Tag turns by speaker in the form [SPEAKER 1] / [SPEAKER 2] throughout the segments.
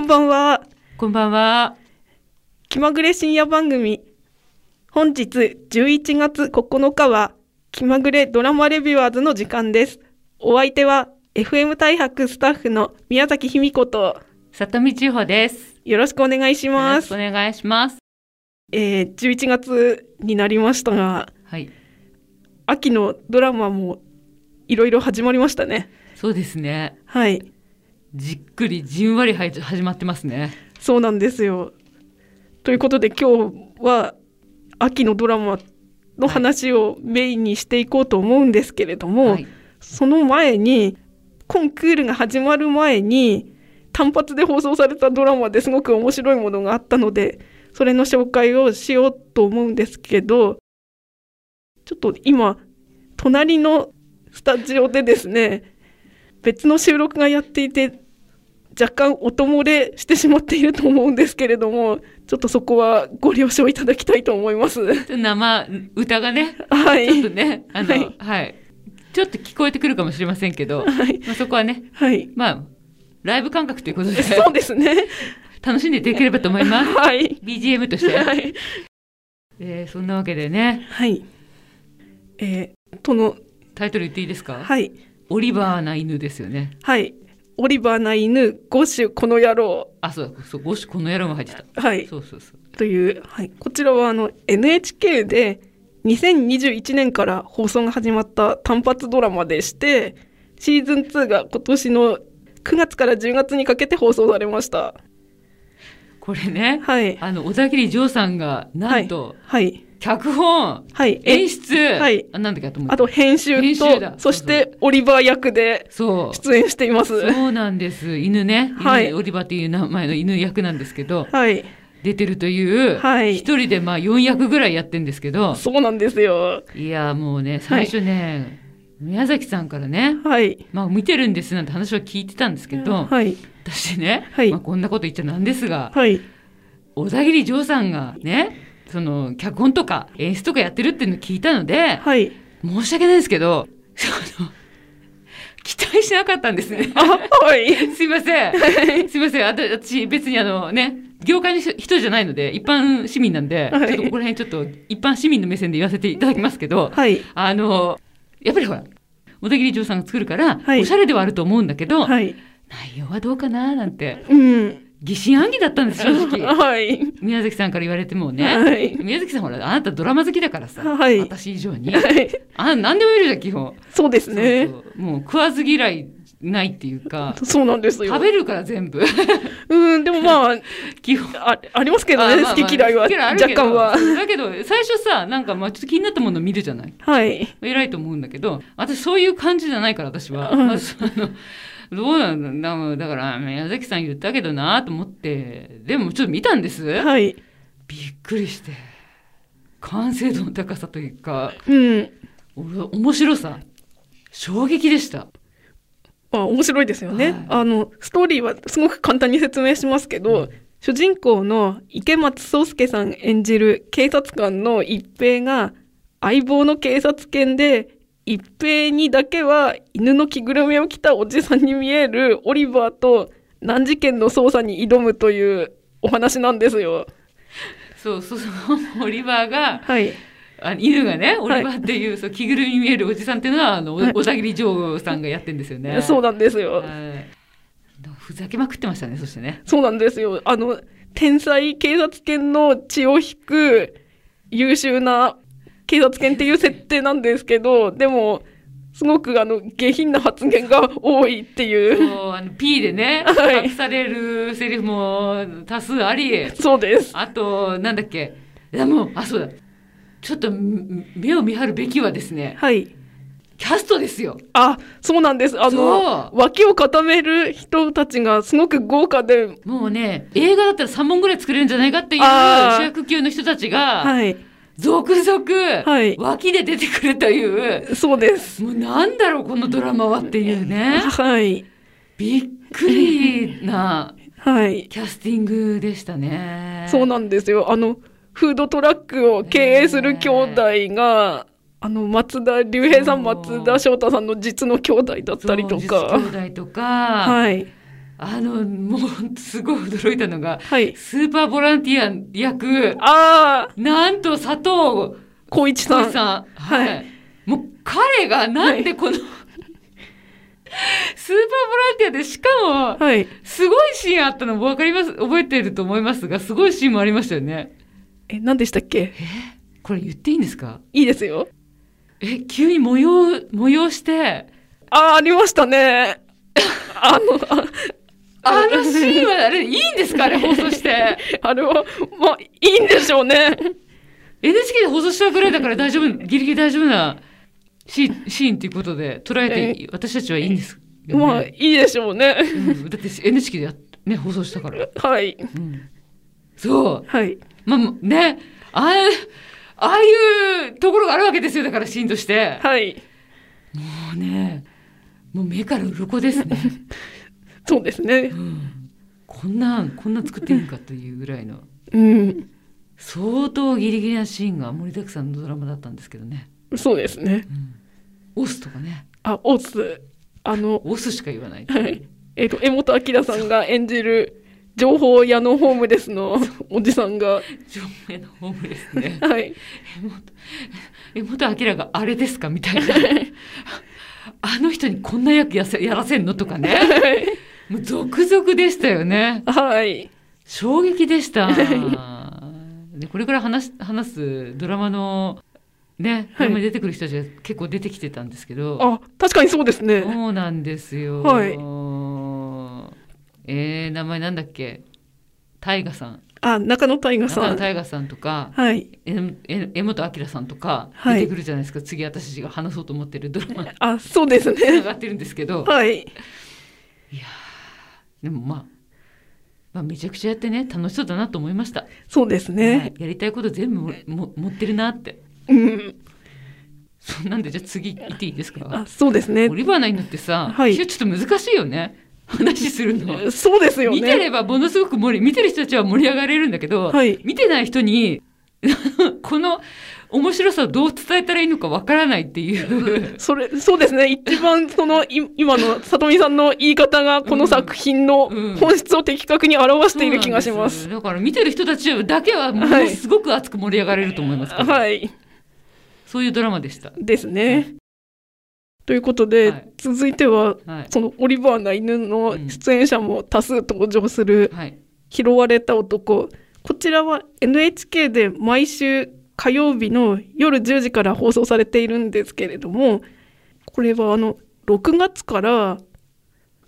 [SPEAKER 1] んばんは。
[SPEAKER 2] こんばんは。
[SPEAKER 1] 気まぐれ深夜番組。本日11月9日は、気まぐれドラマレビュアーズの時間です。お相手は、FM 大白スタッフの宮崎卑美子と、
[SPEAKER 2] 里見千穂です。
[SPEAKER 1] よろしくお願いし
[SPEAKER 2] よろ
[SPEAKER 1] ま
[SPEAKER 2] し
[SPEAKER 1] す
[SPEAKER 2] くお。願いします。
[SPEAKER 1] えー、11月になりましたが、
[SPEAKER 2] はい。
[SPEAKER 1] 秋のドラマもいろいろ始まりましたね。
[SPEAKER 2] そうですね。
[SPEAKER 1] はい。
[SPEAKER 2] じっくりじんわりはじ始まってますね。
[SPEAKER 1] そうなんですよ。ということで今日は秋のドラマの話をメインにしていこうと思うんですけれども、
[SPEAKER 2] はい。
[SPEAKER 1] その前にコンクールが始まる前に単発で放送されたドラマですごく面白いものがあったのでそれの紹介をしようと思うんですけどちょっと今隣のスタジオでですね別の収録がやっていて若干音漏れしてしまっていると思うんですけれどもちょっとそこはご了承いただきたいと思います。
[SPEAKER 2] ちょっと生歌がね、
[SPEAKER 1] は
[SPEAKER 2] ちょっと
[SPEAKER 1] い、
[SPEAKER 2] ね、あの、
[SPEAKER 1] は
[SPEAKER 2] はいい、ちょっと聞こえてくるかもしれませんけど、
[SPEAKER 1] はい
[SPEAKER 2] まあそこはね、
[SPEAKER 1] はい、
[SPEAKER 2] まあライブ感覚ということで
[SPEAKER 1] そうですね。
[SPEAKER 2] 楽しんでいただければと思います。
[SPEAKER 1] はい、
[SPEAKER 2] BGM として。
[SPEAKER 1] はい
[SPEAKER 2] えーそんなわけでね、
[SPEAKER 1] はい。えー、との、
[SPEAKER 2] タイトル言っていいですか？
[SPEAKER 1] はい、
[SPEAKER 2] オリバーな犬ですよね。
[SPEAKER 1] はい。オリバーな犬、ゴッシュ、この野郎。
[SPEAKER 2] あ、そうだ、そう、ゴシこの野郎も入ってた。
[SPEAKER 1] はい。
[SPEAKER 2] そうそうそう。
[SPEAKER 1] という、はい。こちらは、あの、NHK で、2021年から放送が始まった単発ドラマでして、シーズン2が今年の9月から10月にかけて放送されました。
[SPEAKER 2] これね、
[SPEAKER 1] はい。
[SPEAKER 2] あの小田切丈さんがなんと、
[SPEAKER 1] はい。
[SPEAKER 2] 脚本、
[SPEAKER 1] はい。
[SPEAKER 2] 演出、
[SPEAKER 1] はい
[SPEAKER 2] あなんだっけあと思う
[SPEAKER 1] あと、編集と、
[SPEAKER 2] 編集だ
[SPEAKER 1] そして、オリバー役で
[SPEAKER 2] そう。
[SPEAKER 1] 出演しています。
[SPEAKER 2] そうなんです。犬ね。犬
[SPEAKER 1] はい
[SPEAKER 2] オリバーっていう名前の犬役なんですけど、
[SPEAKER 1] はい。
[SPEAKER 2] 出てるという、一、
[SPEAKER 1] はい
[SPEAKER 2] 人でまあ4役ぐらいやってんですけど、
[SPEAKER 1] そうなんですよ。
[SPEAKER 2] いや、もうね、最初ね、宮崎さんからね、
[SPEAKER 1] はい。
[SPEAKER 2] まあ見てるんですなんて話を聞いてたんですけど、
[SPEAKER 1] はい。
[SPEAKER 2] 私ね、
[SPEAKER 1] はい
[SPEAKER 2] まあこんなこと言っちゃなんですが、
[SPEAKER 1] はい。
[SPEAKER 2] 小田切丈さんがね、その脚本とか演出とかやってるっていうのを聞いたので、
[SPEAKER 1] はい。
[SPEAKER 2] 申し訳ないですけど、その、期待しなかったんですね。
[SPEAKER 1] あ、はい。
[SPEAKER 2] すいません。すいません。あた私、別にあのね、業界の人人じゃないので、一般市民なんで、
[SPEAKER 1] はい
[SPEAKER 2] ちょっとここら辺ちょっと一般市民の目線で言わせていただきますけど、
[SPEAKER 1] はい。
[SPEAKER 2] あの、やっぱりほら、小田切丈さんが作るから、
[SPEAKER 1] はい
[SPEAKER 2] おしゃれではあると思うんだけど、
[SPEAKER 1] はい。
[SPEAKER 2] 内容はどうかななんて、
[SPEAKER 1] うん。
[SPEAKER 2] 疑心暗鬼だったんです、正直。
[SPEAKER 1] はい。
[SPEAKER 2] 宮崎さんから言われてもね、
[SPEAKER 1] はい
[SPEAKER 2] 宮崎さんほら、あなたドラマ好きだからさ、
[SPEAKER 1] はい
[SPEAKER 2] 私以上に。
[SPEAKER 1] はい。
[SPEAKER 2] あ、なんでも見るじゃん、基本。
[SPEAKER 1] そうですね。
[SPEAKER 2] そうそうもう食わず嫌いないっていうか、
[SPEAKER 1] そうなんですよ
[SPEAKER 2] 食。べるから 全部。
[SPEAKER 1] うん、でもまあ、
[SPEAKER 2] 基本。
[SPEAKER 1] あ、ありますけど
[SPEAKER 2] あ
[SPEAKER 1] ね、
[SPEAKER 2] まあまあ
[SPEAKER 1] 好き嫌いは。
[SPEAKER 2] 好きあるけ
[SPEAKER 1] 若
[SPEAKER 2] ど
[SPEAKER 1] 干は。
[SPEAKER 2] そうだけど、最初さ、なんかまあちょっと気になったもの見るじゃない
[SPEAKER 1] はい。
[SPEAKER 2] 偉いと思うんだけど、私そういう感じじゃないから、私は。
[SPEAKER 1] うん
[SPEAKER 2] まあそのどうなんだろうだから、宮崎さん言ったけどなと思って、でもちょっと見たんです。
[SPEAKER 1] はい。
[SPEAKER 2] びっくりして。完成度の高さというか、
[SPEAKER 1] うん。
[SPEAKER 2] お面白さ。衝撃でした。
[SPEAKER 1] まあ、面白いですよね。
[SPEAKER 2] はい
[SPEAKER 1] あの、ストーリーはすごく簡単に説明しますけど、主人公の池松壮亮さん演じる警察官の一平が、相棒の警察犬で、一平にだけは犬の着ぐるみを着たおじさんに見えるオリバーと難事件の捜査に挑むというお話なんですよ。
[SPEAKER 2] そうそうそう、オリバーが、
[SPEAKER 1] はい。
[SPEAKER 2] あ犬がね、オ
[SPEAKER 1] はい
[SPEAKER 2] リバーっていう、そう着ぐるみに見えるおじさんっていうのは、あの、お
[SPEAKER 1] はい
[SPEAKER 2] 小田切丈さんがやってんですよね。
[SPEAKER 1] そうなんですよ。
[SPEAKER 2] はいふざけまくってましたね、そし てね。
[SPEAKER 1] そうなんですよ。あの、天才警察犬の血を引く優秀な警察犬っていう設定なんですけど、でも、すごくあの、下品な発言が多いっていう。
[SPEAKER 2] そう、あの、P でね、
[SPEAKER 1] はい
[SPEAKER 2] 隠されるセリフも多数あり、
[SPEAKER 1] そうです。
[SPEAKER 2] あと、なんだっけ、いやもう、あ、そうだ。ちょっと、ん目を見張るべきはですね、
[SPEAKER 1] はい。
[SPEAKER 2] キャストですよ。
[SPEAKER 1] あ、そうなんです。あの
[SPEAKER 2] そ、
[SPEAKER 1] 脇を固める人たちがすごく豪華で、
[SPEAKER 2] もうね、映画だったら3本ぐらい作れるんじゃないかっていう
[SPEAKER 1] あー
[SPEAKER 2] 主役級の人たちが、
[SPEAKER 1] はい。
[SPEAKER 2] 続々、
[SPEAKER 1] はい
[SPEAKER 2] 脇で出てくるという、
[SPEAKER 1] そうです。
[SPEAKER 2] もうなんだろう、このドラマはっていうね。
[SPEAKER 1] はい。
[SPEAKER 2] びっくりな
[SPEAKER 1] はい。
[SPEAKER 2] キャスティングでしたね。
[SPEAKER 1] そうなんですよ。あの、フードトラックを経営する兄弟が、あの、松田龍平さん、
[SPEAKER 2] そう
[SPEAKER 1] 松田翔太さんの実の兄弟だったりと
[SPEAKER 2] そう
[SPEAKER 1] か。
[SPEAKER 2] 実兄弟とか、
[SPEAKER 1] はい。
[SPEAKER 2] あの、もう本当すごい驚いたのが、
[SPEAKER 1] はい。
[SPEAKER 2] スーパーボランティア役、
[SPEAKER 1] ああ、
[SPEAKER 2] なんと佐藤
[SPEAKER 1] 光一さ
[SPEAKER 2] 浩
[SPEAKER 1] ん。
[SPEAKER 2] 市さん。
[SPEAKER 1] は
[SPEAKER 2] はいい。もう彼がなんでこの、スーパーボランティアで、しかも、
[SPEAKER 1] はい。
[SPEAKER 2] すごいシーンあったの分かります、覚えてると思いますが、すごいシーンもありましたよね。
[SPEAKER 1] え、何でしたっけ
[SPEAKER 2] これ言っていいんですか
[SPEAKER 1] いいですよ。
[SPEAKER 2] え、急に模様、模様して、
[SPEAKER 1] ああ、ありましたね。あの、あ
[SPEAKER 2] あのシーンは あれ、いいんですかあれ放送して。
[SPEAKER 1] あれは、まあ、いいんでしょうね。
[SPEAKER 2] NHK で放送したぐらいだから大丈夫、ギリギリ大丈夫なシーンシーンということで捉えて、私たちはいいんですよね、
[SPEAKER 1] まあ、いいでしょうね。
[SPEAKER 2] うんだって NHK でやっね、放送したから。
[SPEAKER 1] はい。
[SPEAKER 2] うんそう。
[SPEAKER 1] はい。
[SPEAKER 2] まあ、もうね、ああ、ああいうところがあるわけですよ、だからシーンとして。
[SPEAKER 1] はい。
[SPEAKER 2] もうね、もう目から鱗ですね。
[SPEAKER 1] そうですね
[SPEAKER 2] う。んこんなん、こんな作っていいんかというぐらいの、
[SPEAKER 1] うん。
[SPEAKER 2] 相当ギリギリなシーンが盛りだくさんのドラマだったんですけどね。
[SPEAKER 1] そうですね。
[SPEAKER 2] オスとかね、
[SPEAKER 1] あ、オス。あの、
[SPEAKER 2] オスしか言わない。
[SPEAKER 1] はい。えっ、と、江本明さんが演じる、情報屋のホームレスのおじさんが、
[SPEAKER 2] 上名のホームレスね。
[SPEAKER 1] はい。
[SPEAKER 2] え、元明があれですかみたいな。あの人にこんな役やせやらせんのとかね。もう続々でしたよね。
[SPEAKER 1] はい。
[SPEAKER 2] 衝撃でした。でこれから話す話すドラマのね、
[SPEAKER 1] はい
[SPEAKER 2] ドラマに出てくる人たちが結構出てきてたんですけど、
[SPEAKER 1] あ、確かにそうですね。
[SPEAKER 2] そうなんですよ。
[SPEAKER 1] はい
[SPEAKER 2] えー、名前なんだっけ大河さん。
[SPEAKER 1] あ、中野大河
[SPEAKER 2] 中
[SPEAKER 1] さ
[SPEAKER 2] 野
[SPEAKER 1] ん。
[SPEAKER 2] 大河さんとか、
[SPEAKER 1] はい。
[SPEAKER 2] ええ江本明さんとか
[SPEAKER 1] は
[SPEAKER 2] 出
[SPEAKER 1] い
[SPEAKER 2] てくるじゃないですか、次私たちが話そうと思ってるドラマに
[SPEAKER 1] あ、そうです
[SPEAKER 2] つな
[SPEAKER 1] ね。
[SPEAKER 2] がってるんですけど
[SPEAKER 1] はい。
[SPEAKER 2] でも、まあ、まあめちゃくちゃやってね楽しそうだなと思いました、
[SPEAKER 1] そうです
[SPEAKER 2] はい
[SPEAKER 1] ね。
[SPEAKER 2] やりたいこと全部もも持ってるなって
[SPEAKER 1] うん。
[SPEAKER 2] そんなんでじゃあ次行っていいですか
[SPEAKER 1] あ、そうですね
[SPEAKER 2] オ。リバーナインのってさ、
[SPEAKER 1] はい
[SPEAKER 2] いやちょっと難しいよね話するの。
[SPEAKER 1] そうですよね。
[SPEAKER 2] 見てればものすごく盛り、見てる人たちは盛り上がれるんだけど、
[SPEAKER 1] はい
[SPEAKER 2] 見てない人に、 この面白さをどう伝えたらいいのかわからないっていう。
[SPEAKER 1] それ、そうですね。一番その、い今の、さとみさんの言い方が、この作品の
[SPEAKER 2] うん
[SPEAKER 1] 本質を的確に表している気がします。
[SPEAKER 2] そうなんでだから見てる人たちだけはものすごく熱く盛り上がれると思いますから、
[SPEAKER 1] はい。
[SPEAKER 2] そういうドラマでした。
[SPEAKER 1] ですね。ということで、
[SPEAKER 2] はい
[SPEAKER 1] 続いては、
[SPEAKER 2] はい。
[SPEAKER 1] そのオリバーな犬の出演者も多数登場する、
[SPEAKER 2] はい。
[SPEAKER 1] 拾われた男。こちらは NHK で毎週火曜日の夜10時から放送されているんですけれども、これはあの、6月から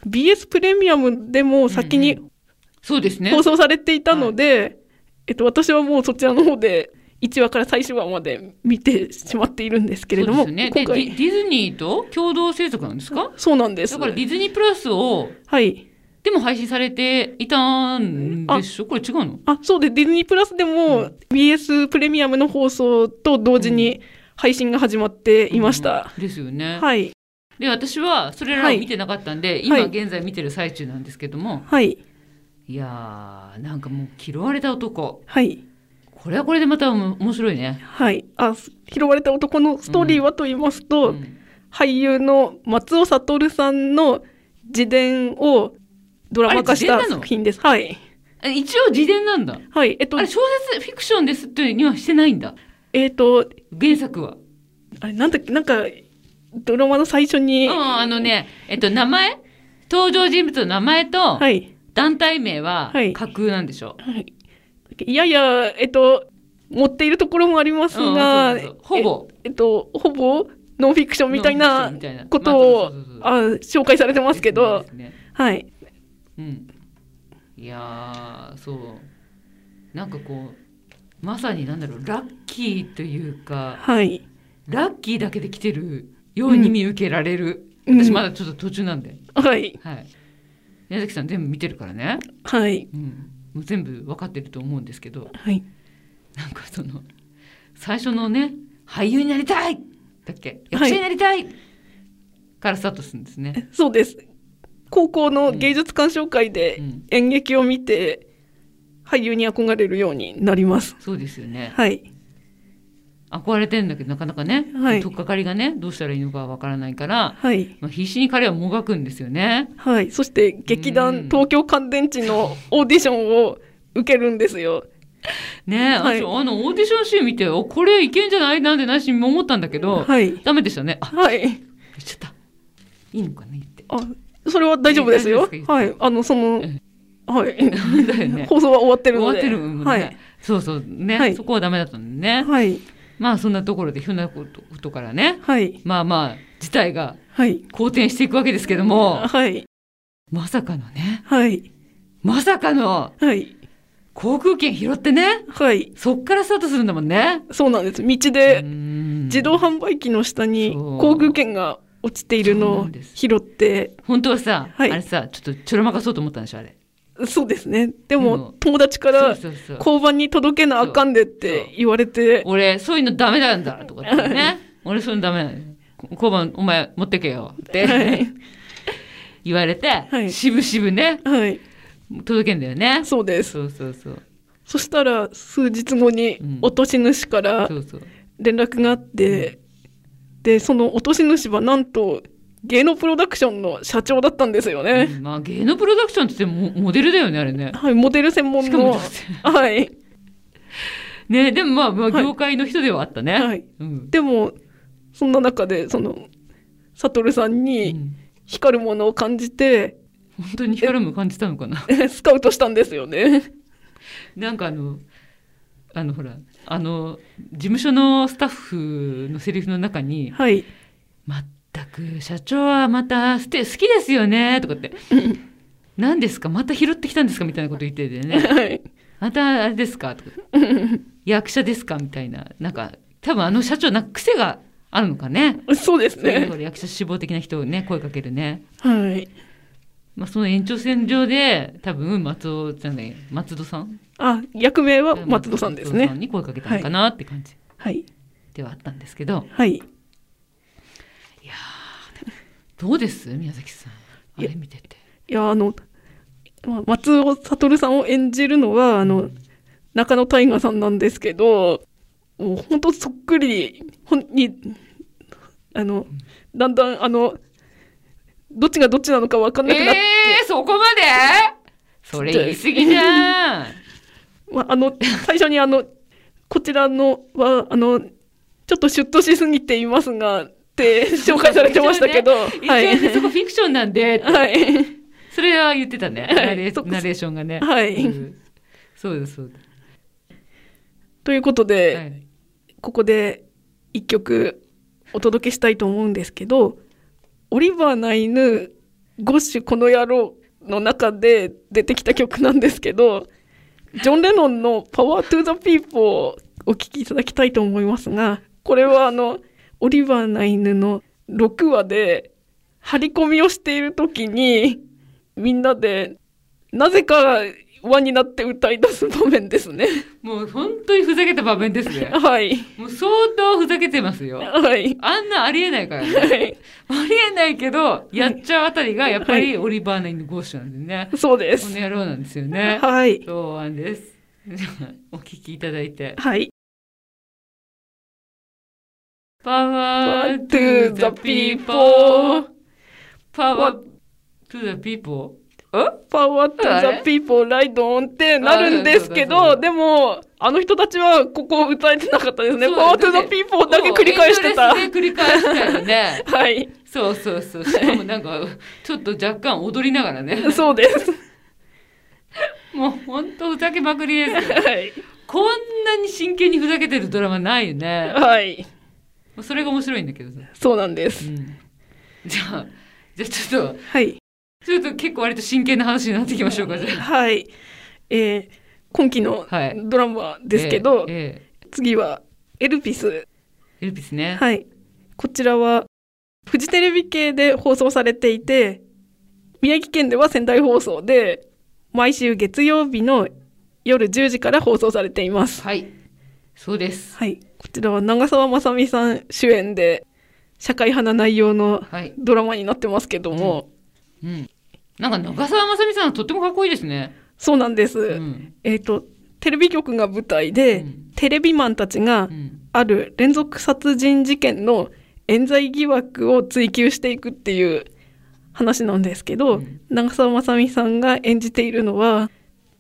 [SPEAKER 1] BS プレミアムでも先に
[SPEAKER 2] うんそうですね。
[SPEAKER 1] 放送されていたので、えっと、私はもうそちらの方で1話から最終話まで見てしまっているんですけれども、
[SPEAKER 2] そうですよね。で
[SPEAKER 1] 今
[SPEAKER 2] ディ、
[SPEAKER 1] 回
[SPEAKER 2] ディズニーと共同制作なんですか
[SPEAKER 1] そうなんです
[SPEAKER 2] だからディズニープラスを、
[SPEAKER 1] はい
[SPEAKER 2] でも配信されていたんでしょこれ違うの
[SPEAKER 1] あそうでディズニープラスでも、
[SPEAKER 2] うん
[SPEAKER 1] BS プレミアムの放送と同時に配信が始まっていました、、
[SPEAKER 2] うんですよね。
[SPEAKER 1] はい
[SPEAKER 2] で、私はそれらを見てなかったんで、
[SPEAKER 1] は
[SPEAKER 2] 今
[SPEAKER 1] い
[SPEAKER 2] 現在見てる最中なんですけども、
[SPEAKER 1] はい
[SPEAKER 2] い、やー、なんかもう嫌われた男。
[SPEAKER 1] はい
[SPEAKER 2] これはこれでまた面白いね。
[SPEAKER 1] はいあす拾われた男のストーリーはと言いますと、
[SPEAKER 2] ん
[SPEAKER 1] 俳優の松尾悟さんの自伝をドラマ化した
[SPEAKER 2] あれ自伝なの
[SPEAKER 1] 作品ですはい
[SPEAKER 2] え一応自伝なんだ。
[SPEAKER 1] はいえっと
[SPEAKER 2] あれ小説フィクションですってにはしてないんだ。
[SPEAKER 1] えっと
[SPEAKER 2] 原作は。
[SPEAKER 1] あれ、なんだっけ、なんか、ドラマの最初
[SPEAKER 2] う
[SPEAKER 1] に、
[SPEAKER 2] ん、あのね、えっと、名前登場人物の名前と
[SPEAKER 1] はい。
[SPEAKER 2] 団体名は
[SPEAKER 1] はい
[SPEAKER 2] 架空なんでしょ
[SPEAKER 1] はいいやいや、えっと、持っているところもあります
[SPEAKER 2] うん
[SPEAKER 1] が、
[SPEAKER 2] そうそうそうほぼ
[SPEAKER 1] え、えっと、ほぼ、ノンフィクションみたい
[SPEAKER 2] ノ
[SPEAKER 1] な
[SPEAKER 2] ンフィクションみたいな
[SPEAKER 1] ことを
[SPEAKER 2] まあそうそうそう、
[SPEAKER 1] あ紹介されてますけど
[SPEAKER 2] で、すね
[SPEAKER 1] はい。
[SPEAKER 2] うん。いやー、そう。なんかこう、まさになんだろう、ラッキーというか、
[SPEAKER 1] はい。
[SPEAKER 2] ラッキーだけで来てるように見受けられ
[SPEAKER 1] う
[SPEAKER 2] る。
[SPEAKER 1] ん
[SPEAKER 2] 私まだちょっと途中なんで。
[SPEAKER 1] はい。
[SPEAKER 2] はい。宮崎さん全部見てるからね。
[SPEAKER 1] はい。
[SPEAKER 2] うん。もう全部分かってると思うんですけど、
[SPEAKER 1] はい。
[SPEAKER 2] なんかその、最初のね、俳優になりたいだっけ
[SPEAKER 1] は
[SPEAKER 2] 役
[SPEAKER 1] い
[SPEAKER 2] 者になりたい、からスタートするんですね。
[SPEAKER 1] そうです。高校の芸術鑑賞会で
[SPEAKER 2] うん
[SPEAKER 1] 演劇を見て、俳優に憧れるようになります。
[SPEAKER 2] そうですよね。
[SPEAKER 1] はい。
[SPEAKER 2] 憧れてんだけどなかなかね、
[SPEAKER 1] はい
[SPEAKER 2] 取っかかりがねどうしたらいいのかわからないから、
[SPEAKER 1] はい。
[SPEAKER 2] まあ、必死に彼はもがくんですよね。
[SPEAKER 1] はい。そして劇
[SPEAKER 2] うん
[SPEAKER 1] 団東京乾電池のオーディションを受けるんですよ。
[SPEAKER 2] ねえ、
[SPEAKER 1] はい
[SPEAKER 2] 私あのオーディションシーン見ておこれいけんじゃないなんて内心も思ったんだけど、
[SPEAKER 1] はい。
[SPEAKER 2] ダメでしたねあ
[SPEAKER 1] はい。
[SPEAKER 2] 言っちゃったいいのかな 言って。
[SPEAKER 1] あ、それは大丈夫ですよ
[SPEAKER 2] 大丈夫です。か
[SPEAKER 1] はい。あの、その
[SPEAKER 2] え、
[SPEAKER 1] はい。
[SPEAKER 2] だよね
[SPEAKER 1] 放送は終わってる
[SPEAKER 2] 終
[SPEAKER 1] の
[SPEAKER 2] わ
[SPEAKER 1] で。
[SPEAKER 2] ってるもんね、
[SPEAKER 1] はい。
[SPEAKER 2] そうそうね、
[SPEAKER 1] はい
[SPEAKER 2] そこはダメだったんでね、
[SPEAKER 1] はい。
[SPEAKER 2] まあそんなところでひょんなことことからね
[SPEAKER 1] はい。
[SPEAKER 2] まあまあ事態が
[SPEAKER 1] はい。
[SPEAKER 2] 好転していくわけですけど も
[SPEAKER 1] はい。
[SPEAKER 2] まさかのね
[SPEAKER 1] はい。
[SPEAKER 2] まさかの
[SPEAKER 1] はい。
[SPEAKER 2] 航空券拾ってね
[SPEAKER 1] はい。
[SPEAKER 2] そっからスタートするんだもんね。
[SPEAKER 1] そうなんです。道
[SPEAKER 2] う
[SPEAKER 1] で
[SPEAKER 2] ん
[SPEAKER 1] 自動販売機の下に
[SPEAKER 2] そう
[SPEAKER 1] 航空券が落ちているの
[SPEAKER 2] そうな
[SPEAKER 1] を
[SPEAKER 2] んです
[SPEAKER 1] 拾って、
[SPEAKER 2] 本当はさ、
[SPEAKER 1] はい
[SPEAKER 2] あれさちょっとちょろまかそうと思ったんでしょあれ。
[SPEAKER 1] そうですね。で
[SPEAKER 2] で
[SPEAKER 1] も
[SPEAKER 2] も
[SPEAKER 1] 友達から
[SPEAKER 2] そうそうそう
[SPEAKER 1] 交番に届けなあかんでって言われて、
[SPEAKER 2] 俺そういうのダメなんだとか言ってね俺そういうのダメなんだ交番お前持ってけよって、
[SPEAKER 1] はい
[SPEAKER 2] 言われて、
[SPEAKER 1] はい
[SPEAKER 2] しぶしぶね
[SPEAKER 1] はい。
[SPEAKER 2] 届けんだよね。
[SPEAKER 1] そうです。
[SPEAKER 2] そうそうそう
[SPEAKER 1] そしたら数日後に
[SPEAKER 2] うん
[SPEAKER 1] 落とし主から
[SPEAKER 2] そうそう
[SPEAKER 1] 連絡があって、で、その落とし主はなんと芸能プロダクションの社長だったんですよね。
[SPEAKER 2] まあ芸能プロダクションって言ってもモデルだよねあれね。
[SPEAKER 1] はい、モデル専門
[SPEAKER 2] しかも
[SPEAKER 1] の
[SPEAKER 2] 女。性
[SPEAKER 1] はい。
[SPEAKER 2] ねでもまあ、まあ、
[SPEAKER 1] はい
[SPEAKER 2] 業界の人ではあったね。
[SPEAKER 1] はい
[SPEAKER 2] うん
[SPEAKER 1] でもそんな中でそのサトルさん
[SPEAKER 2] う
[SPEAKER 1] に
[SPEAKER 2] ん
[SPEAKER 1] 光るものを感じて、
[SPEAKER 2] 本当に光も感じたのかな
[SPEAKER 1] スカウトしたんですよね。
[SPEAKER 2] なんかあのあのほらあの事務所のスタッフのセリフの中に
[SPEAKER 1] はい。
[SPEAKER 2] 「全く社長はまたステ好きですよね」とかって「何ですかまた拾ってきたんですか」みたいなこと言っててね
[SPEAKER 1] はい。
[SPEAKER 2] 「またあれですか」とか「役者ですか」みたいななんか多分あの社長なんか癖があるのかね
[SPEAKER 1] そうです
[SPEAKER 2] そういうと
[SPEAKER 1] ね
[SPEAKER 2] こ。ろ役者志望的な人をね声かけるね。
[SPEAKER 1] はい。
[SPEAKER 2] まあ、その延長線上で多分松尾じゃない松戸さん
[SPEAKER 1] あ、役名は松戸さんです
[SPEAKER 2] 松戸さ
[SPEAKER 1] ね
[SPEAKER 2] ん。に声かけたのかなって感じ
[SPEAKER 1] はい。
[SPEAKER 2] ではあったんですけど、
[SPEAKER 1] はい。
[SPEAKER 2] どうです宮崎さんあれ見てて。
[SPEAKER 1] いや、あの、まあ松尾悟さんを演じるのは、あの、中野大河さんなんですけど、もう本当そっくり、ほんに、あの、だんだん、あの、どっちがどっちなのか分かんな
[SPEAKER 2] え
[SPEAKER 1] くなって、
[SPEAKER 2] ー、そこまでそれ言い過ぎじゃん
[SPEAKER 1] まあ、あの、最初にあの、こちらのは、あの、ちょっとシュッとしすぎていますが、って 紹介されてましたけど、
[SPEAKER 2] 一応
[SPEAKER 1] は
[SPEAKER 2] ね
[SPEAKER 1] い。
[SPEAKER 2] そこフィクションなんで、
[SPEAKER 1] はい。
[SPEAKER 2] それは言ってたね、
[SPEAKER 1] はい
[SPEAKER 2] ナレ
[SPEAKER 1] そ
[SPEAKER 2] ナレーションがね。
[SPEAKER 1] はい
[SPEAKER 2] うんそうですそうで
[SPEAKER 1] ということ
[SPEAKER 2] す。
[SPEAKER 1] で、
[SPEAKER 2] はい、
[SPEAKER 1] ここで一曲お届けしたいと思うんですけど、オリバーな犬、ゴッシュこの野郎の中で出てきた曲なんですけど、ジョン・レノンのパワートゥーザピーポーをお聴きいただきたいと思いますが、これはあの、オリバーな犬の6話で、張り込みをしている時に、みんなで、なぜか輪になって歌い出す場面ですね。
[SPEAKER 2] もう本当にふざけた場面で すね。
[SPEAKER 1] はい。
[SPEAKER 2] もう相当ふざけてますよ。
[SPEAKER 1] はい。
[SPEAKER 2] あんなありえないからね。
[SPEAKER 1] はい。
[SPEAKER 2] ありえないけど、やっちゃうあたりが、やっぱりオリバーナインのゴーシュなんでね。
[SPEAKER 1] そうで
[SPEAKER 2] こ
[SPEAKER 1] す。
[SPEAKER 2] の野郎なんですよね。
[SPEAKER 1] はい。
[SPEAKER 2] そうなんです。お聞きいただいて。
[SPEAKER 1] はい。
[SPEAKER 2] パワー
[SPEAKER 1] Power
[SPEAKER 2] ト
[SPEAKER 1] to
[SPEAKER 2] ゥー
[SPEAKER 1] the
[SPEAKER 2] ザピーポー
[SPEAKER 1] people.
[SPEAKER 2] パワートゥーザピーポー
[SPEAKER 1] Power to the people, ride on ってなるんですけ
[SPEAKER 2] あそうだそうだそうだ
[SPEAKER 1] ど、でも、あの人たちはここ歌えてなかったですね。
[SPEAKER 2] そうだ
[SPEAKER 1] Power
[SPEAKER 2] ね
[SPEAKER 1] to the people だけ繰り返してた。。
[SPEAKER 2] エンドレスで繰り返してたよね
[SPEAKER 1] はい。
[SPEAKER 2] そうそうそう。しかもなんか、ちょっと若干踊りながらね。
[SPEAKER 1] そうです。
[SPEAKER 2] もうほんとふざけまくりです。
[SPEAKER 1] はい。
[SPEAKER 2] こんなに真剣にふざけてるドラマないよね。
[SPEAKER 1] はい。
[SPEAKER 2] それが面白いんだけどさ。
[SPEAKER 1] そうなんで
[SPEAKER 2] う
[SPEAKER 1] す。
[SPEAKER 2] んじゃあ、じゃあちょっと、
[SPEAKER 1] はい。
[SPEAKER 2] ちょっと結構割と真剣な話になっていきましょうか、じゃ
[SPEAKER 1] はい。えー今期の
[SPEAKER 2] はい
[SPEAKER 1] ドラマ
[SPEAKER 2] あ。
[SPEAKER 1] ですけど、
[SPEAKER 2] えええ
[SPEAKER 1] 次は、エルピス。
[SPEAKER 2] えエルピスね。
[SPEAKER 1] はい。こちらは、フジテレビ系で放送されていて、宮城県では仙台放送で、毎週月曜日の夜10時から放送されています。
[SPEAKER 2] はい。そうです。
[SPEAKER 1] はい。こちらは長澤まさみさん主演で、社会派な内容の
[SPEAKER 2] はい。
[SPEAKER 1] ドラマになってますけども、
[SPEAKER 2] うん。なんか長澤まさみさんとってもかっこいいですね。
[SPEAKER 1] そうなんです。
[SPEAKER 2] うん。
[SPEAKER 1] えっ、と、テレビ局が舞台で、
[SPEAKER 2] うん
[SPEAKER 1] テレビマンたちが
[SPEAKER 2] うん。
[SPEAKER 1] ある連続殺人事件の冤罪疑惑を追及していくっていう話なんですけど、
[SPEAKER 2] うん
[SPEAKER 1] 長澤まさみさんが演じているのは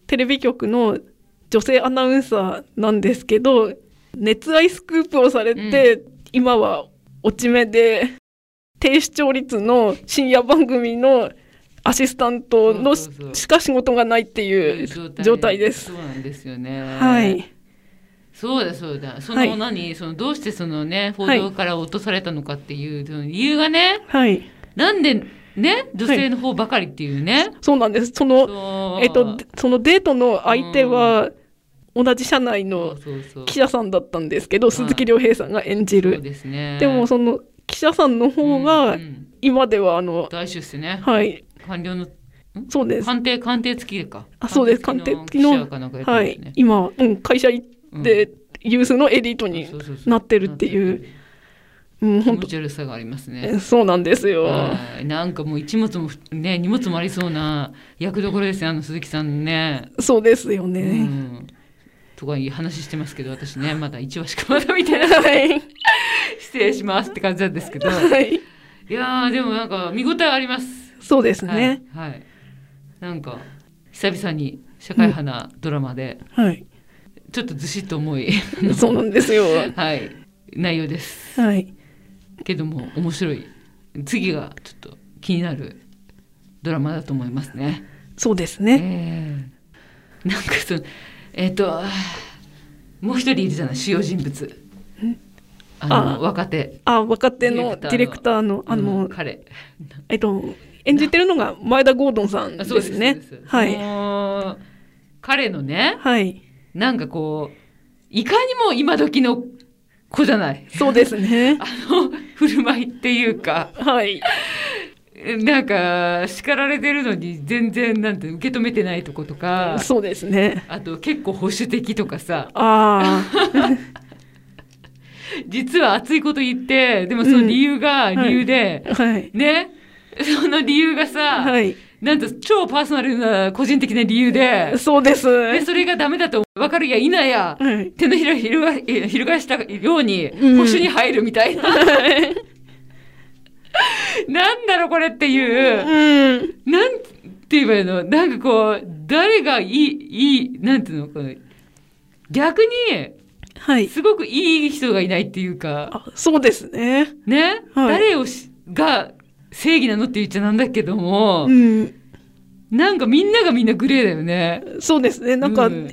[SPEAKER 1] テレビ局の女性アナウンサーなんですけど熱愛スクープをされて、今は落ち目で低視聴率の深夜番組のアシスタントのし
[SPEAKER 2] そうそうそう
[SPEAKER 1] しか仕事がないっていう状態です。
[SPEAKER 2] そうなんですよね。
[SPEAKER 1] はい。
[SPEAKER 2] そうだそうだ。そ
[SPEAKER 1] はい
[SPEAKER 2] の何、そのどうしてそのね報道から落とされたのかっていう、その理由がね、
[SPEAKER 1] はい。
[SPEAKER 2] なんでね女性の方ばかりっていうね。
[SPEAKER 1] そうなんです。その、
[SPEAKER 2] そう
[SPEAKER 1] えっと、でそのデートの相手は、同じ社内の
[SPEAKER 2] そうそうそう
[SPEAKER 1] 記者さんだったんですけど、
[SPEAKER 2] い
[SPEAKER 1] 鈴木亮平さんが演じ
[SPEAKER 2] そう
[SPEAKER 1] る。
[SPEAKER 2] ですね。
[SPEAKER 1] でも、その記者さんの方
[SPEAKER 2] う
[SPEAKER 1] が
[SPEAKER 2] んう、ん
[SPEAKER 1] 今では、あの、
[SPEAKER 2] 大出世ね。
[SPEAKER 1] はい、
[SPEAKER 2] 官僚の
[SPEAKER 1] そうです。
[SPEAKER 2] 官邸官邸付きか。
[SPEAKER 1] あそうです官邸付きの
[SPEAKER 2] 記者かなんかやって
[SPEAKER 1] は
[SPEAKER 2] ます
[SPEAKER 1] い
[SPEAKER 2] ね。。
[SPEAKER 1] 今、うん、会社行
[SPEAKER 2] うん
[SPEAKER 1] って、有数のエリートに
[SPEAKER 2] そうそうそう
[SPEAKER 1] なってるっていう、うん、
[SPEAKER 2] 気
[SPEAKER 1] 本
[SPEAKER 2] 持ち悪さがありますね。
[SPEAKER 1] 当 そうなんですよ。
[SPEAKER 2] はいなんかもう一物もふね荷物もありそうな役どころですねあの鈴木さんのね。
[SPEAKER 1] そうですよ
[SPEAKER 2] う
[SPEAKER 1] ね。
[SPEAKER 2] ん、とかいう話してますけど 私ねまだ1話しかまだ見てない
[SPEAKER 1] はい。
[SPEAKER 2] 失礼しますって感じなんですけど
[SPEAKER 1] はい。
[SPEAKER 2] いやーでもなんか見応えあります。
[SPEAKER 1] そうです
[SPEAKER 2] はい
[SPEAKER 1] ね。
[SPEAKER 2] はい、なんか久々に社会派なドラマで、
[SPEAKER 1] はい。
[SPEAKER 2] ちょっとずしっと重い
[SPEAKER 1] そうなんです よ。
[SPEAKER 2] はい内容です
[SPEAKER 1] はい。
[SPEAKER 2] けども面白い次がちょっと気になるドラマだと思いますね。
[SPEAKER 1] そうですね。
[SPEAKER 2] ええなんかそのえっ、ともう一人いるじゃない主要人物あの
[SPEAKER 1] あ
[SPEAKER 2] 若手
[SPEAKER 1] あ若手のディレクターのあの、
[SPEAKER 2] うん 彼
[SPEAKER 1] えっと演じてるのが前田ゴードンさん
[SPEAKER 2] あ
[SPEAKER 1] で
[SPEAKER 2] そう
[SPEAKER 1] すね
[SPEAKER 2] そうです
[SPEAKER 1] はい
[SPEAKER 2] もう彼のね
[SPEAKER 1] はい
[SPEAKER 2] なんかこういかにも今時の子じゃない
[SPEAKER 1] そうですね
[SPEAKER 2] あの振る舞いっていうか
[SPEAKER 1] はい
[SPEAKER 2] なんか叱られてるのに全然なんて受け止めてないとことか
[SPEAKER 1] そうです ね
[SPEAKER 2] あと結構保守的とかさ
[SPEAKER 1] あ
[SPEAKER 2] 実は熱いこと言って、でもその理由が
[SPEAKER 1] うん
[SPEAKER 2] 理由で、
[SPEAKER 1] あはい
[SPEAKER 2] ね、その理由がさ、
[SPEAKER 1] はい
[SPEAKER 2] なんと超パーソナルな個人的な理由で、
[SPEAKER 1] そうです
[SPEAKER 2] でそれがダメだと分かるや否や、
[SPEAKER 1] はい
[SPEAKER 2] 手のひらをひるがえ翻したように、
[SPEAKER 1] うん
[SPEAKER 2] 保守に入るみたいな。 なんだろうこれってい
[SPEAKER 1] う
[SPEAKER 2] う、
[SPEAKER 1] ん
[SPEAKER 2] なんて言えばいいのなんかこう、誰がいい、いい、なんていうのこの逆に、
[SPEAKER 1] はい
[SPEAKER 2] すごくいい人がいないっていうか。
[SPEAKER 1] あそうですね
[SPEAKER 2] ね、
[SPEAKER 1] はい
[SPEAKER 2] 誰をしが正義なのって言っちゃなんだけども、
[SPEAKER 1] うん
[SPEAKER 2] なんかみんながみんなグレーだよね。
[SPEAKER 1] そうですねなんか、
[SPEAKER 2] うん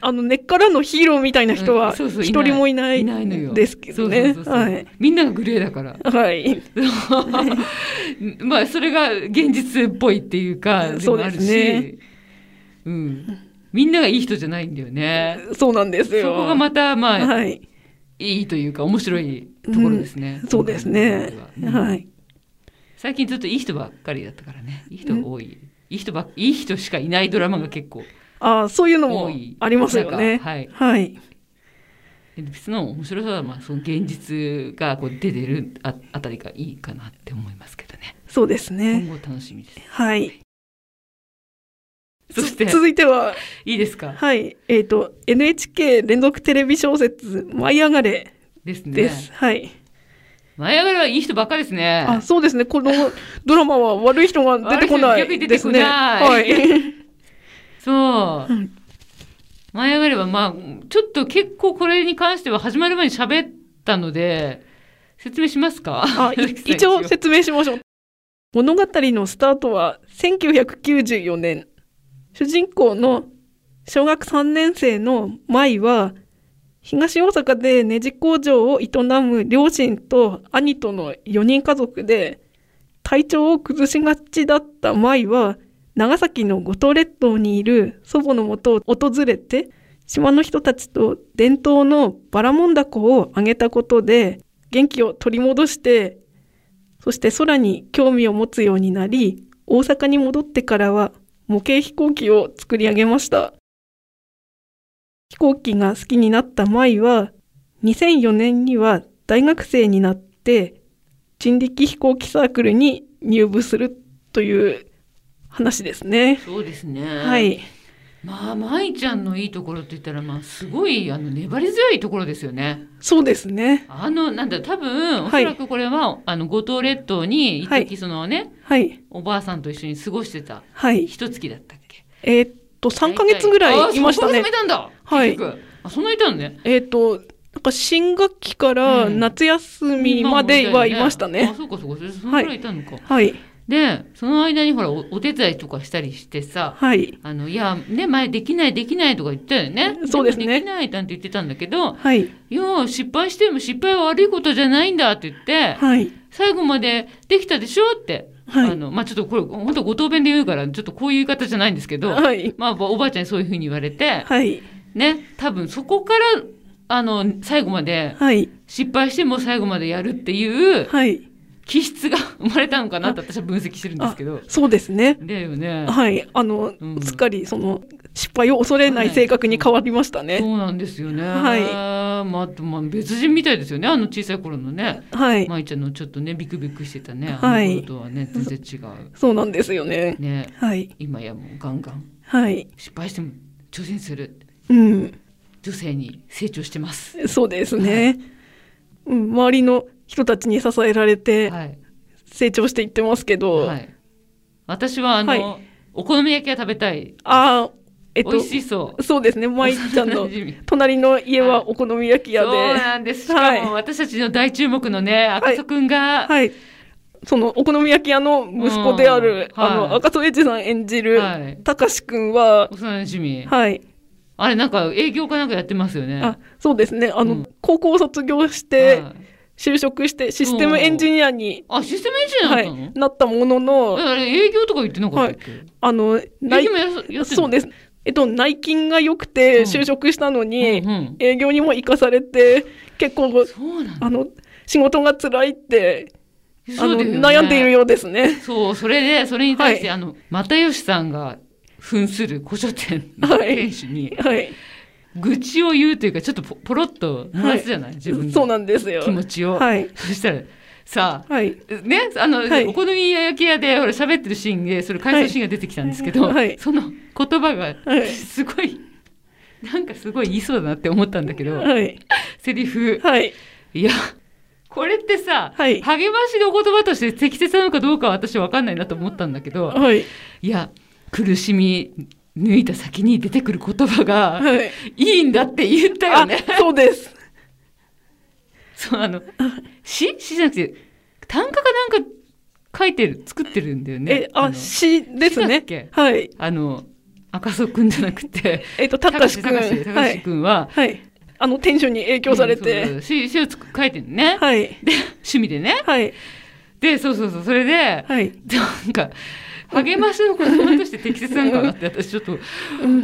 [SPEAKER 1] あの根っからのヒーローみたいな人
[SPEAKER 2] う
[SPEAKER 1] は
[SPEAKER 2] んそうそう
[SPEAKER 1] 一人もいない
[SPEAKER 2] いないのよ。
[SPEAKER 1] ですけどね
[SPEAKER 2] そうそうそうそう
[SPEAKER 1] はい
[SPEAKER 2] みんながグレー だから。
[SPEAKER 1] はい
[SPEAKER 2] まあそれが現実っぽいっていうか、
[SPEAKER 1] そう
[SPEAKER 2] もあ
[SPEAKER 1] で
[SPEAKER 2] る
[SPEAKER 1] す
[SPEAKER 2] し
[SPEAKER 1] ね
[SPEAKER 2] うん。みんながいい人じゃないんだよね。
[SPEAKER 1] そうなんです
[SPEAKER 2] そ
[SPEAKER 1] よ
[SPEAKER 2] こがまたまあ、い、
[SPEAKER 1] はい
[SPEAKER 2] いというか面白いところですね。
[SPEAKER 1] そうですね
[SPEAKER 2] うん
[SPEAKER 1] はい
[SPEAKER 2] 最近ずっといい人ばっかりだったからね。いい人が多い。いい人ばっいい人しかいないドラマが結構
[SPEAKER 1] ああそういうのも
[SPEAKER 2] 多い
[SPEAKER 1] ありますよ
[SPEAKER 2] なん
[SPEAKER 1] ね。
[SPEAKER 2] かはい
[SPEAKER 1] はい。
[SPEAKER 2] 別の面白さはまあその現実がこう出てるああたりがいいかなって思いますけどね
[SPEAKER 1] そうですね。
[SPEAKER 2] 今後楽しみです
[SPEAKER 1] はい。
[SPEAKER 2] そして
[SPEAKER 1] つ続いては、
[SPEAKER 2] いいですか
[SPEAKER 1] はい。えっ、と、NHK 連続テレビ小説、舞い上がれ
[SPEAKER 2] ですね
[SPEAKER 1] です。はい。
[SPEAKER 2] 舞い上がりはいい人ばっかりですね
[SPEAKER 1] あ、そうですね。このドラマは悪い人が出てこな
[SPEAKER 2] 悪い人逆
[SPEAKER 1] い
[SPEAKER 2] に
[SPEAKER 1] で
[SPEAKER 2] 出て
[SPEAKER 1] す
[SPEAKER 2] こ
[SPEAKER 1] ね。
[SPEAKER 2] な
[SPEAKER 1] はいい。
[SPEAKER 2] そう
[SPEAKER 1] うん
[SPEAKER 2] 舞い上がりはまあちょっと結構これに関しては始まる前に喋ったので説明しますか
[SPEAKER 1] あ、 い
[SPEAKER 2] 鈴木さん
[SPEAKER 1] 一応説明しましょう。物語のスタートは1994年。主人公の小学3年生の舞は、東大阪でネジ工場を営む両親と兄との4人家族で、体調を崩しがちだった舞は、長崎の五島列島にいる祖母のもとを訪れて、島の人たちと伝統のバラモンダコをあげたことで、元気を取り戻してそして空に興味を持つようになり大阪に戻ってからは模型飛行機を作り上げました飛行機が好きになった舞は2004年には大学生になって人力飛行機サークルに入部するという話ですね
[SPEAKER 2] そうですね
[SPEAKER 1] はい
[SPEAKER 2] まあ舞ちゃんのいいところって言ったらまあすごいあの粘り強いところですよね。
[SPEAKER 1] そうですね。
[SPEAKER 2] あのなんだ多分お
[SPEAKER 1] は
[SPEAKER 2] そ
[SPEAKER 1] い
[SPEAKER 2] らくこれは、あの五島列島に一
[SPEAKER 1] は
[SPEAKER 2] 時
[SPEAKER 1] い
[SPEAKER 2] そのね、
[SPEAKER 1] はい。
[SPEAKER 2] おばあさんと一緒に過ごしてた
[SPEAKER 1] はい。
[SPEAKER 2] 一月だったっけ。
[SPEAKER 1] えーっと、3ヶ月ぐらいいました
[SPEAKER 2] あそこ
[SPEAKER 1] ね
[SPEAKER 2] で。たんだ。
[SPEAKER 1] はい
[SPEAKER 2] 結局あそんないたのね。
[SPEAKER 1] えーっと、なんか新学期から
[SPEAKER 2] うん
[SPEAKER 1] 夏休みまではいましたね。
[SPEAKER 2] あそうかそうかそれそのぐらいいたのか。
[SPEAKER 1] はい。
[SPEAKER 2] でその間にほらおお手伝いとかしたりしてさ。
[SPEAKER 1] はい。
[SPEAKER 2] あのいやね前できないできないとか言ったよね。
[SPEAKER 1] そうですね
[SPEAKER 2] もできないなんて言ってたんだけど、
[SPEAKER 1] はい。
[SPEAKER 2] いや失敗しても失敗は悪いことじゃないんだって言って、
[SPEAKER 1] はい。
[SPEAKER 2] 最後までできたでしょって、
[SPEAKER 1] はい
[SPEAKER 2] あのまあちょっとこれ本当ご答弁で言うからちょっとこういう言い方じゃないんですけど、
[SPEAKER 1] はい。
[SPEAKER 2] まあおばあちゃんにそういうふうに言われて、
[SPEAKER 1] はい。
[SPEAKER 2] ね多分そこからあの最後まで
[SPEAKER 1] はい。
[SPEAKER 2] 失敗しても最後までやるっていう
[SPEAKER 1] はい。
[SPEAKER 2] 気質が生まれたのかなって私は分析してるんですけど。
[SPEAKER 1] そうですね。
[SPEAKER 2] だよね。
[SPEAKER 1] はい。あの、
[SPEAKER 2] うん
[SPEAKER 1] すっかりその失敗を恐れない性格に変わりましたね。
[SPEAKER 2] そうなんですよね。
[SPEAKER 1] はい
[SPEAKER 2] まあ、あとまあ別人みたいですよね。あの小さい頃のね。
[SPEAKER 1] はい。
[SPEAKER 2] 舞ちゃんのちょっとねビクビクしてたね、
[SPEAKER 1] はい
[SPEAKER 2] あの頃とはね全然違う
[SPEAKER 1] そうなんですよね。
[SPEAKER 2] ね
[SPEAKER 1] はい。
[SPEAKER 2] 今やもうガンガン
[SPEAKER 1] はい。
[SPEAKER 2] 失敗しても挑戦する
[SPEAKER 1] うん。
[SPEAKER 2] 女性に成長してます
[SPEAKER 1] そうですね。うん。周りの人たちに支えられて
[SPEAKER 2] はい、
[SPEAKER 1] 成長していってますけど、
[SPEAKER 2] はい、私はあの、
[SPEAKER 1] は
[SPEAKER 2] お好み焼きが食べたい、
[SPEAKER 1] ああ、えっと
[SPEAKER 2] 美、味しそう
[SPEAKER 1] そうですね。舞ちゃん
[SPEAKER 2] 幼
[SPEAKER 1] の
[SPEAKER 2] 馴染
[SPEAKER 1] 隣の家はお好み焼き屋
[SPEAKER 2] そ
[SPEAKER 1] で、
[SPEAKER 2] うなんですしかも私たちの大注目のね赤楚くんが、
[SPEAKER 1] はい。そのお好み焼き屋の息子である、
[SPEAKER 2] うんはい
[SPEAKER 1] あの赤楚衛二さん演じる、
[SPEAKER 2] はい
[SPEAKER 1] たかしくんは、
[SPEAKER 2] 幼馴染
[SPEAKER 1] はい。
[SPEAKER 2] あれなんか営業かなんかやってますよね
[SPEAKER 1] あ、そうですね。あの、
[SPEAKER 2] うん
[SPEAKER 1] 高校を卒業して、
[SPEAKER 2] はい
[SPEAKER 1] 就職して、システムエンジニアに、
[SPEAKER 2] あシステムエンジニアだ
[SPEAKER 1] は
[SPEAKER 2] ったの、
[SPEAKER 1] い、なったものの、
[SPEAKER 2] えあれ営業とか言ってなかったっけ、
[SPEAKER 1] あの、
[SPEAKER 2] 営
[SPEAKER 1] 内
[SPEAKER 2] 業、もやらやってんの
[SPEAKER 1] そうです。えっと、内勤が良く
[SPEAKER 2] うん
[SPEAKER 1] て、就職したのに、
[SPEAKER 2] うんうん
[SPEAKER 1] 営業にも行かされて、結構、
[SPEAKER 2] そうなんだ。
[SPEAKER 1] あの、仕事が辛いって、あ
[SPEAKER 2] そ
[SPEAKER 1] の、
[SPEAKER 2] うだ
[SPEAKER 1] 悩
[SPEAKER 2] よね
[SPEAKER 1] んでいる。ようですね。
[SPEAKER 2] そう、それで、それに対して、
[SPEAKER 1] は
[SPEAKER 2] あの、又吉さんが扮する古書店の
[SPEAKER 1] はい
[SPEAKER 2] 店主に、
[SPEAKER 1] はい。
[SPEAKER 2] 愚痴を言うというか、ちょっとポポロッと漏らすじゃない、自分
[SPEAKER 1] そうな
[SPEAKER 2] の
[SPEAKER 1] んですよ。
[SPEAKER 2] 気持ちを。
[SPEAKER 1] はい。
[SPEAKER 2] そしたら、さあ、
[SPEAKER 1] はい。
[SPEAKER 2] ね、あの、
[SPEAKER 1] はい
[SPEAKER 2] お好み焼き屋で、ほら、喋ってるシーンで、それ回想シーンが出てきたんですけど、
[SPEAKER 1] はいはい
[SPEAKER 2] その言葉が
[SPEAKER 1] は、い
[SPEAKER 2] すごい、なんかすごい言いそうだなって思ったんだけど、
[SPEAKER 1] はい。
[SPEAKER 2] セリフ、
[SPEAKER 1] はい。
[SPEAKER 2] いや、これってさ、
[SPEAKER 1] はい
[SPEAKER 2] 励ましの言葉として適切なのかどうかは私わかんないなと思ったんだけど、
[SPEAKER 1] はい。
[SPEAKER 2] いや、苦しみ抜いた先に出てくる言葉が、
[SPEAKER 1] はい。
[SPEAKER 2] いいんだって言ったよね。
[SPEAKER 1] あそうです。
[SPEAKER 2] そう、あの、詩詩じゃなくて、短歌かなんか書いてる、作ってるんだよね。
[SPEAKER 1] え、
[SPEAKER 2] あ
[SPEAKER 1] あ、
[SPEAKER 2] の
[SPEAKER 1] 詩です
[SPEAKER 2] 詩だっ
[SPEAKER 1] ね
[SPEAKER 2] け。
[SPEAKER 1] はい。
[SPEAKER 2] あの、赤楚くんじゃなくて、
[SPEAKER 1] えっと、たかしくん。
[SPEAKER 2] 高橋
[SPEAKER 1] は
[SPEAKER 2] 高橋
[SPEAKER 1] い。
[SPEAKER 2] くんは、
[SPEAKER 1] はい。あの、店主に影響され
[SPEAKER 2] うんそうそ
[SPEAKER 1] て。
[SPEAKER 2] う詩詩をつく書いてるね、
[SPEAKER 1] はい。
[SPEAKER 2] で、趣味でね。
[SPEAKER 1] はい。
[SPEAKER 2] で、そうそうそう、それで、
[SPEAKER 1] はい。
[SPEAKER 2] なんか、励ましの言葉として適切なのかなって私ちょっと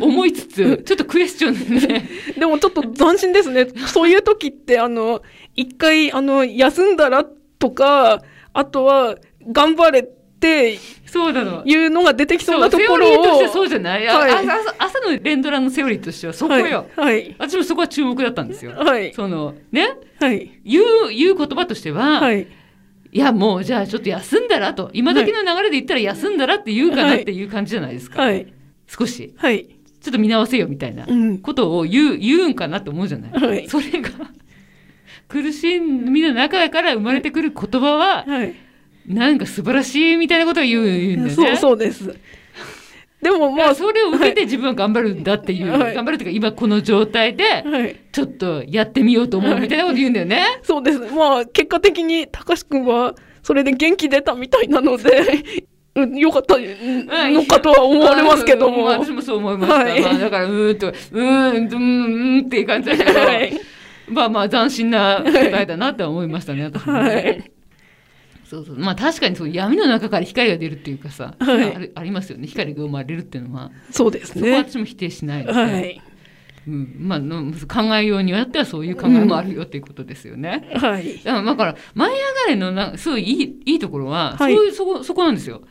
[SPEAKER 2] 思いつつ、ちょっとクエスチョンで、ね、
[SPEAKER 1] でもちょっと斬新ですね。そういう時って、あの、一回、あの、休んだらとか、あとは、頑張れって
[SPEAKER 2] そうなの。
[SPEAKER 1] いうのが出てきそうなと
[SPEAKER 2] セ
[SPEAKER 1] こ
[SPEAKER 2] オリ
[SPEAKER 1] ろ
[SPEAKER 2] ーと
[SPEAKER 1] を。
[SPEAKER 2] してはそうじゃない、あ
[SPEAKER 1] はい
[SPEAKER 2] あ朝朝の連ドラのセオリーとしてはそこ
[SPEAKER 1] はい
[SPEAKER 2] よ。
[SPEAKER 1] はい。
[SPEAKER 2] 私もそこは注目だったんですよ。
[SPEAKER 1] はい。
[SPEAKER 2] その、ね、
[SPEAKER 1] はい。
[SPEAKER 2] 言う、言う言葉としては、、
[SPEAKER 1] はいい。
[SPEAKER 2] やもうじゃあちょっと休んだらと、今時の流れで言ったら休んだらって言うかなっていう感じじゃないですか。
[SPEAKER 1] はい。
[SPEAKER 2] 少し。
[SPEAKER 1] はい。
[SPEAKER 2] ちょっと見直せよみたいな
[SPEAKER 1] うん。
[SPEAKER 2] ことを言う、言うんかなと思うじゃない。
[SPEAKER 1] はい
[SPEAKER 2] それが苦しみの中から生まれてくる言葉は
[SPEAKER 1] はい。
[SPEAKER 2] なんか素晴らしいみたいなことを言う言うんだよね。
[SPEAKER 1] そうそうです。でも
[SPEAKER 2] ま
[SPEAKER 1] ま
[SPEAKER 2] あ
[SPEAKER 1] あ、
[SPEAKER 2] それを受けて自分は頑張るんだっていう、
[SPEAKER 1] はい
[SPEAKER 2] 頑張るというか今この状態で
[SPEAKER 1] はい。
[SPEAKER 2] ちょっとやってみようと思うみたいなこと言うんだよね。
[SPEAKER 1] そうです。まあ、結果的に、たかしくんは、それで元気出たみたいなので、 うんよかった
[SPEAKER 2] うん
[SPEAKER 1] のかとは思われますけども。
[SPEAKER 2] うん 私
[SPEAKER 1] は
[SPEAKER 2] もそう思いました。
[SPEAKER 1] はい
[SPEAKER 2] まあ、だからうーんとうーんうーんうーんっていう感じだけど、
[SPEAKER 1] い。
[SPEAKER 2] まあまあ斬新な答えだなって思いましたね私もね。
[SPEAKER 1] はい。
[SPEAKER 2] そうそうまあ確かにそう闇の中から光が出るっていうかさ、
[SPEAKER 1] はい
[SPEAKER 2] あるありますよね光が生まれるっていうのは
[SPEAKER 1] そうです
[SPEAKER 2] そこは
[SPEAKER 1] ね。
[SPEAKER 2] 私も否定しないので、
[SPEAKER 1] はい。
[SPEAKER 2] うんまあ、の考えようによってはそういう考えもあるよっていうことですよね。
[SPEAKER 1] はい。
[SPEAKER 2] だからだから「舞い上がれ」のなすごいいいいいところは、
[SPEAKER 1] はい
[SPEAKER 2] そういうそこそこなんですよ。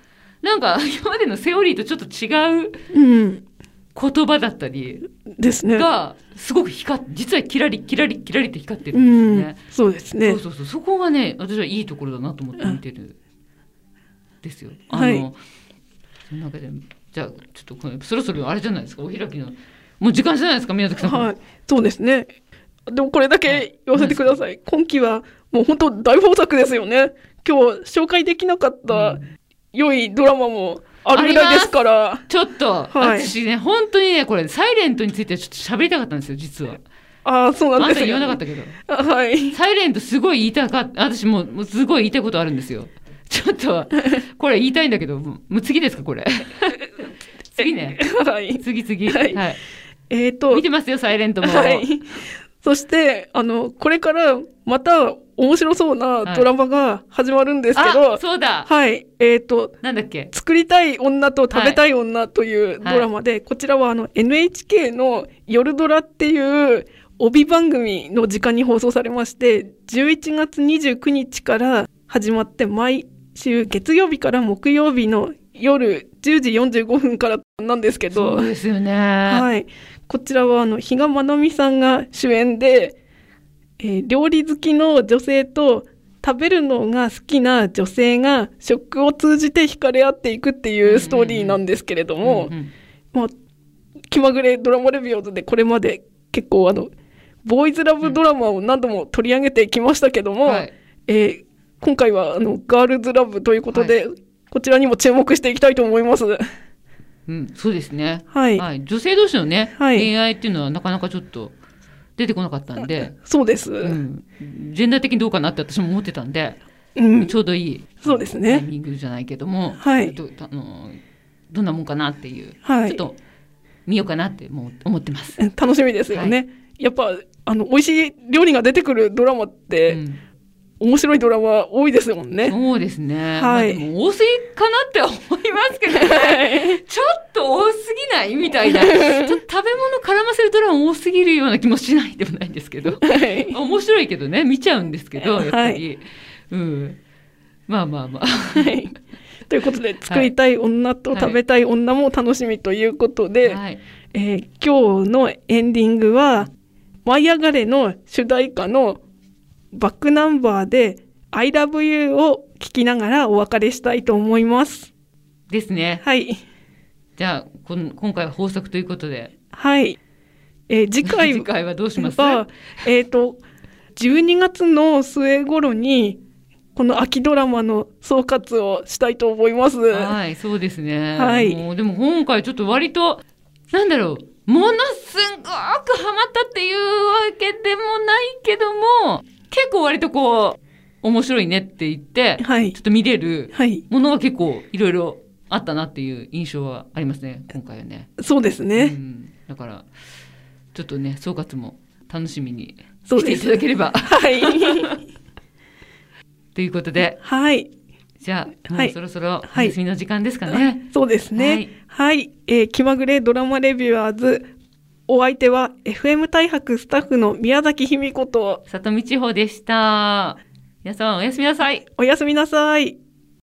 [SPEAKER 2] なんか今までのセオリーとちょっと違う
[SPEAKER 1] うん。
[SPEAKER 2] 言葉だったり
[SPEAKER 1] ですね。
[SPEAKER 2] がすごく光っ実はキラリキラリキラリって光ってる
[SPEAKER 1] うん
[SPEAKER 2] ですよ
[SPEAKER 1] ん
[SPEAKER 2] ね。。
[SPEAKER 1] そうですね
[SPEAKER 2] そう。そうそうそこがね私はいいところだなと思って見てる、ですよ。あの、
[SPEAKER 1] はい
[SPEAKER 2] その中でじゃあちょっとこれそろそろあれじゃないですかお開きのもう時間じゃないですか宮崎さん、
[SPEAKER 1] はい、そうですね。でもこれだけ言わせてください。今期はもう本当大豊作ですよね。今日紹介できなかった良いドラマもあるぐらいですから。
[SPEAKER 2] ちょっと、
[SPEAKER 1] はい
[SPEAKER 2] 私ね本当にねこれ「サイレントについてはちょっと喋りたかったんですよ実は
[SPEAKER 1] ああ、そう
[SPEAKER 2] あ
[SPEAKER 1] なんんで
[SPEAKER 2] た
[SPEAKER 1] すよ。
[SPEAKER 2] 言わなかったけど
[SPEAKER 1] あはい。
[SPEAKER 2] サイレントすごい言いたかった。私もうもうすごい言いたいことあるんですよ。ちょっと、これ言いたいんだけど、もうもう次です か、これ。次ね。
[SPEAKER 1] はい。
[SPEAKER 2] 次次。は。
[SPEAKER 1] はいいえっ、と
[SPEAKER 2] 見、てますよ、サイレントも。
[SPEAKER 1] はい。そして、あの、これからまた面白そうなドラマが始まるんですけど、
[SPEAKER 2] あ
[SPEAKER 1] は、い、
[SPEAKER 2] そうだ。
[SPEAKER 1] えっ、と、
[SPEAKER 2] なんだっけ。
[SPEAKER 1] 作りたい女と食べたい女というドラマで、こちらはあの NHK の夜ドラっていう帯番組の時間に放送されまして、11月29日から始まって、毎週月曜日から木曜日の夜10時45分からなんですけど
[SPEAKER 2] そう、ですよね。
[SPEAKER 1] はい、こちらはあの比嘉愛未さんが主演で、えー料理好きの女性と食べるのが好きな女性が食を通じて惹かれ合っていくっていうストーリーなんですけれども、
[SPEAKER 2] うんうん
[SPEAKER 1] まあ、気まぐれドラマレビューオーズでこれまで結構あのボーイズラブドラマを何度も取り上げてきましたけども、
[SPEAKER 2] はい。
[SPEAKER 1] えー今回はあのガールズラブということで、こちらにも注目していきたいと思います。
[SPEAKER 2] うん、そうですね。
[SPEAKER 1] はい、
[SPEAKER 2] はい。女性同士のね、
[SPEAKER 1] はい
[SPEAKER 2] 恋愛っていうのはなかなかちょっと出てこなかったんで、
[SPEAKER 1] そうです。
[SPEAKER 2] うん。ジェンダー的にどうかなって私も思ってたんで、
[SPEAKER 1] うん
[SPEAKER 2] ちょうどいい。
[SPEAKER 1] そうです
[SPEAKER 2] タイ
[SPEAKER 1] ね。
[SPEAKER 2] ミングじゃないけども、
[SPEAKER 1] はい
[SPEAKER 2] ちょっとあのどんなもんかなっていう、
[SPEAKER 1] はい
[SPEAKER 2] ちょっと見ようかなってもう思ってます。
[SPEAKER 1] うん 楽しみですよね。やっぱあの美味しい料理が出てくるドラマって、
[SPEAKER 2] うん
[SPEAKER 1] 面白いドラマ多いですもんね。
[SPEAKER 2] そうですね、
[SPEAKER 1] い
[SPEAKER 2] まあでも多すぎかなって思いますけどねちょっと多すぎないみたい なちょっと食べ物絡ませるドラマ多すぎるような気もしないでもないんです けど
[SPEAKER 1] はい
[SPEAKER 2] 面白いけどね見ちゃうんですけどやっぱり、
[SPEAKER 1] は
[SPEAKER 2] うん、まあまあまあ
[SPEAKER 1] はいということで作りたい女と食べたい女も楽しみということで、
[SPEAKER 2] はい、
[SPEAKER 1] えー今日のエンディングは「舞い上がれ!」の主題歌のバックナンバーで「ILOVEYOU」を聴きながらお別れしたいと思います。
[SPEAKER 2] ですね
[SPEAKER 1] はい、
[SPEAKER 2] じゃあこん今回は豊作ということで
[SPEAKER 1] はいえー次 回
[SPEAKER 2] 次回はどうします
[SPEAKER 1] は、えっ、と、12月の末頃に、この秋ドラマの総括をしたいと思います。は
[SPEAKER 2] はい、そうですね。
[SPEAKER 1] はい
[SPEAKER 2] もうでも今回ちょっと割と、なんだろう、ものすごくハマったっていうわけでもないけども、結構割とこう、面白いねって言って、
[SPEAKER 1] い
[SPEAKER 2] ちょっ。と見れる
[SPEAKER 1] はい。
[SPEAKER 2] ものは結構いろいろあったなっていう印象はありますね、今回はね。
[SPEAKER 1] そうです
[SPEAKER 2] う
[SPEAKER 1] ね。
[SPEAKER 2] ん、だから、ちょっとね、総括も楽しみに
[SPEAKER 1] そう
[SPEAKER 2] し
[SPEAKER 1] で
[SPEAKER 2] ていた
[SPEAKER 1] す。
[SPEAKER 2] だけ れば。
[SPEAKER 1] はい。
[SPEAKER 2] ということで、
[SPEAKER 1] はい。
[SPEAKER 2] じゃあ、も
[SPEAKER 1] は
[SPEAKER 2] う
[SPEAKER 1] い
[SPEAKER 2] そろそろお
[SPEAKER 1] はい
[SPEAKER 2] 休みの時間ですかね。
[SPEAKER 1] そうですね。はい、えー気まぐれドラマレビュアーズ。お相手は FM 大白スタッフの宮崎卑美子と、
[SPEAKER 2] 里見地方でした。皆さんおやすみなさい。
[SPEAKER 1] おやすみなさい。